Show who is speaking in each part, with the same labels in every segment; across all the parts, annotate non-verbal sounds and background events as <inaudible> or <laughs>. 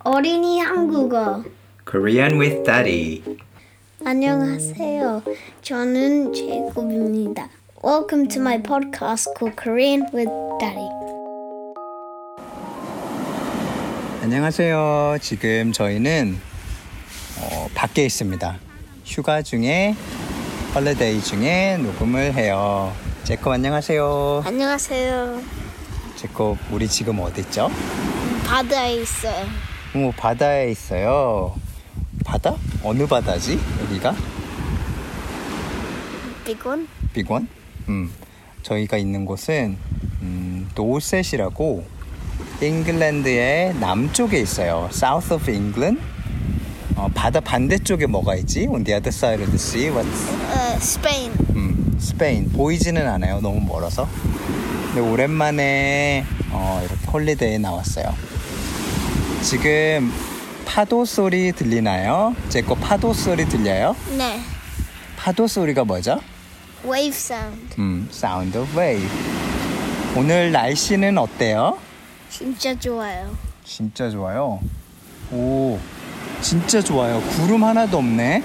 Speaker 1: 어린이 한국어.
Speaker 2: Korean with Daddy.
Speaker 1: 안녕하세요. 저는 제이콥입니다. Welcome to my podcast called Korean with Daddy.
Speaker 2: 안녕하세요. 지금 저희는 어, 밖에 있습니다. 휴가 중에 헐리데이 중에 녹음을 해요. 제콥 안녕하세요.
Speaker 1: 안녕하세요.
Speaker 2: 제콥 우리 지금 어디 있죠?
Speaker 1: 바다에 있어요.
Speaker 2: 오, 바다에 있어요. 바다? 어느 바다지? 여기가?
Speaker 1: 비건?
Speaker 2: 비건? 음. 저희가 있는 곳은 음, 노셋이라고 잉글랜드의 남쪽에 있어요. South of England. 어, 바다 반대쪽에 뭐가 있지? On the other side of the sea. What's...
Speaker 1: 어, 스페인.
Speaker 2: 음, 스페인. 보이지는 않아요. 너무 멀어서. 근데 오랜만에 어, 이렇게 홀리데이에 나왔어요. 지금 파도 소리 들리나요? 제 거 파도 소리 들려요?
Speaker 1: 네.
Speaker 2: 파도 소리가 뭐죠?
Speaker 1: 웨이브 사운드.
Speaker 2: 음, 사운드 웨이브. 오늘 날씨는 어때요?
Speaker 1: 진짜 좋아요.
Speaker 2: 진짜 좋아요. 오, 진짜 좋아요. 구름 하나도 없네.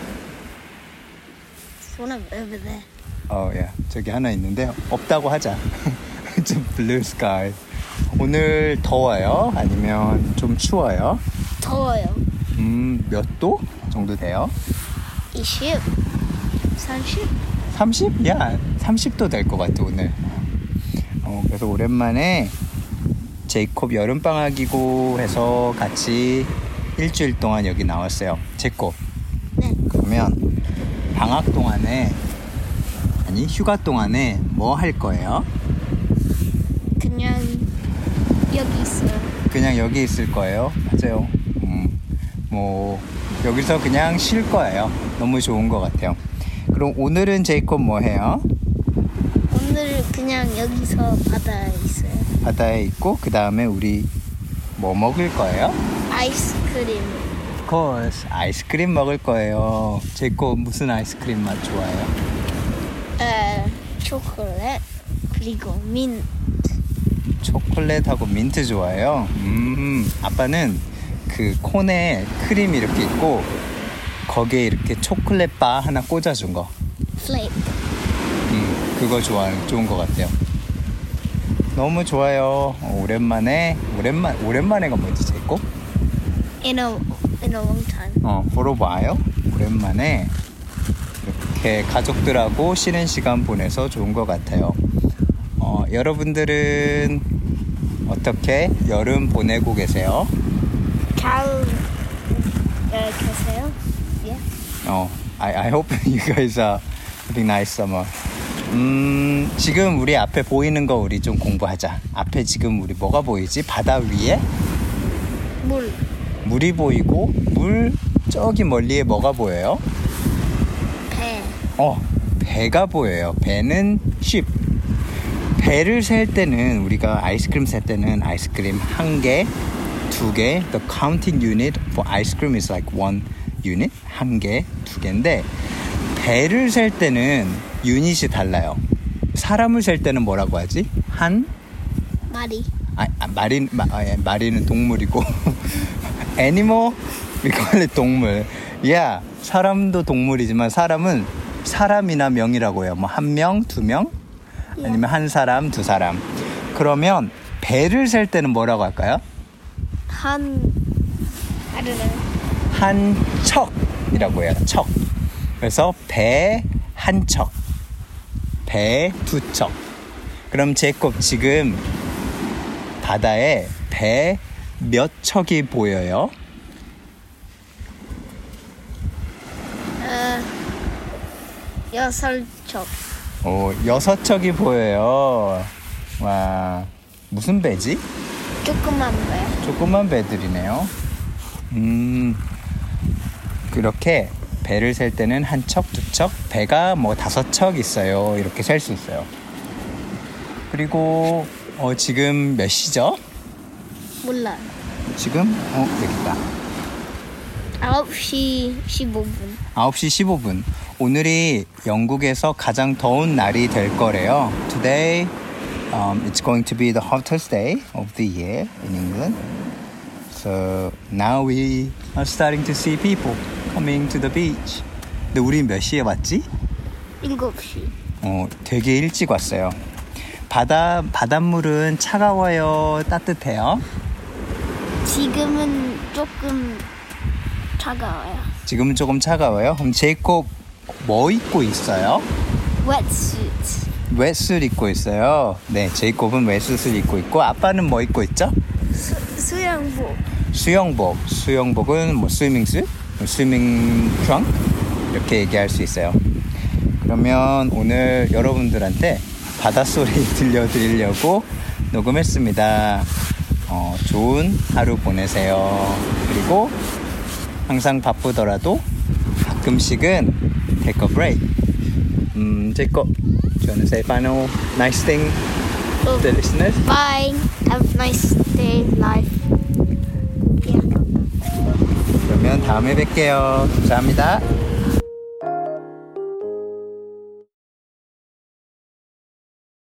Speaker 1: One of over there.
Speaker 2: 어, 야, 저기 하나 있는데 없다고 하자. <laughs> 좀 블루 스카이. 오늘 더워요? 아니면 좀 추워요?
Speaker 1: 더워요.
Speaker 2: 음, 몇 도 정도 돼요?
Speaker 1: 20? 30?
Speaker 2: 30? 야, 30도 될 것 같아, 오늘. 어, 그래서 오랜만에 제이콥 여름방학이고 해서 같이 일주일 동안 여기 나왔어요. 제이콥,
Speaker 1: 네.
Speaker 2: 그러면 방학 동안에, 아니, 휴가 동안에 뭐 할 거예요?
Speaker 1: 그냥 여기 있어요.
Speaker 2: 그냥 여기 있을 거예요. 맞아요. 음, 뭐, 여기서 그냥 쉴 거예요. 너무 좋은 것 같아요. 그럼 오늘은 제이콥 뭐 해요?
Speaker 1: 오늘 그냥 여기서 바다에 있어요.
Speaker 2: 바다에 있고 그 다음에 우리 뭐 먹을 거예요?
Speaker 1: 아이스크림.
Speaker 2: Of course 아이스크림 먹을 거예요. 제코 무슨 아이스크림 맛 좋아해요?
Speaker 1: 에, 초콜릿. 그리고 민.
Speaker 2: 초콜릿하고 민트 좋아해요. 음 아빠는 그 콘에 크림 이렇게 있고 거기에 이렇게 초콜릿 바 하나 꽂아준 거.
Speaker 1: 플레이크.
Speaker 2: 음, 그거 좋아하는 좋은 것 같아요. 너무 좋아요. 오랜만에 오랜만 오랜만에가 뭐지 제코?
Speaker 1: In a, in a long time.
Speaker 2: 어, 보러 와요. 오랜만에 이렇게 가족들하고 쉬는 시간 보내서 좋은 것 같아요. 어, 여러분들은 어떻게 여름 보내고 계세요?
Speaker 1: 잘 에, 계세요? 예?
Speaker 2: 어, I, I hope <laughs> you guys are having nice summer. 음, 지금 우리 앞에 보이는 거 우리 좀 공부하자. 앞에 지금 우리 뭐가 보이지? 바다 위에
Speaker 1: 물.
Speaker 2: 물이 보이고 물 저기 멀리에 뭐가 보여요?
Speaker 1: 배.
Speaker 2: 어, 배가 보여요. 배는 쉽. 배를 셀 때는 우리가 아이스크림 셀 때는 아이스크림 한 개, 두 개. The counting unit for ice cream is like one unit. 한 개, 두 개인데 배를 셀 때는 유닛이 달라요. 사람을 셀 때는 뭐라고 하지? 한
Speaker 1: 마리.
Speaker 2: 아, 아, 마린 마, 아, 예, 마리는 동물이고 <laughs> 애니멀 이거는 동물. 야 사람도 동물이지만 사람은 사람이나 명이라고 해요. 뭐 한 명, 두 명, 아니면 한 사람, 두 사람. 그러면 배를 셀 때는 뭐라고 할까요?
Speaker 1: 한. I don't know.
Speaker 2: 한 척이라고 해요. 척. 그래서 배 한 척, 배 두 척. 그럼 제곱 지금 바다에 배 몇 척이 보여요?
Speaker 1: 에, 여섯 척.
Speaker 2: 오, 여섯 척이 보여요. 와, 무슨 배지?
Speaker 1: 조그만 배.
Speaker 2: 조그만 배들이네요. 음, 그렇게 배를 셀 때는 한 척, 두 척, 배가 뭐 다섯 척 있어요. 이렇게 셀 수 있어요. 그리고 어, 지금 몇 시죠?
Speaker 1: 몰라.
Speaker 2: 지금 어, 여기다.
Speaker 1: 9시 15분.
Speaker 2: 9시 15분. 오늘이 영국에서 가장 더운 날이 될 거래요. Today um, it's going to be the hottest day of the year in England. So now we are starting to see people coming to the beach. 근데 우리 몇 시에 왔지?
Speaker 1: 일곱 시.
Speaker 2: 어, 되게 일찍 왔어요. 바다 바닷물은 차가워요, 따뜻해요.
Speaker 1: 지금은 조금 차가워요.
Speaker 2: 지금은 조금 차가워요. 그럼 제이콥 뭐 입고 있어요?
Speaker 1: 웨트슈트.
Speaker 2: 웨스를 입고 있어요. 네, 제이콥은 웨스를 입고 있고 아빠는 뭐 입고 있죠?
Speaker 1: 수, 수영복.
Speaker 2: 수영복. 수영복은 뭐 스위밍스, 스위밍 트렁 이렇게 얘기할 수 있어요. 그러면 오늘 여러분들한테 바닷소리 <laughs> 들려드리려고 녹음했습니다. 어, 좋은 하루 보내세요. 그리고 항상 바쁘더라도 가끔씩은 take a break. 음, 제이콥, do you want to say final nice thing to the listeners?
Speaker 1: Bye. Have a nice day, life. Yeah.
Speaker 2: 그러면 다음에 뵐게요. 감사합니다.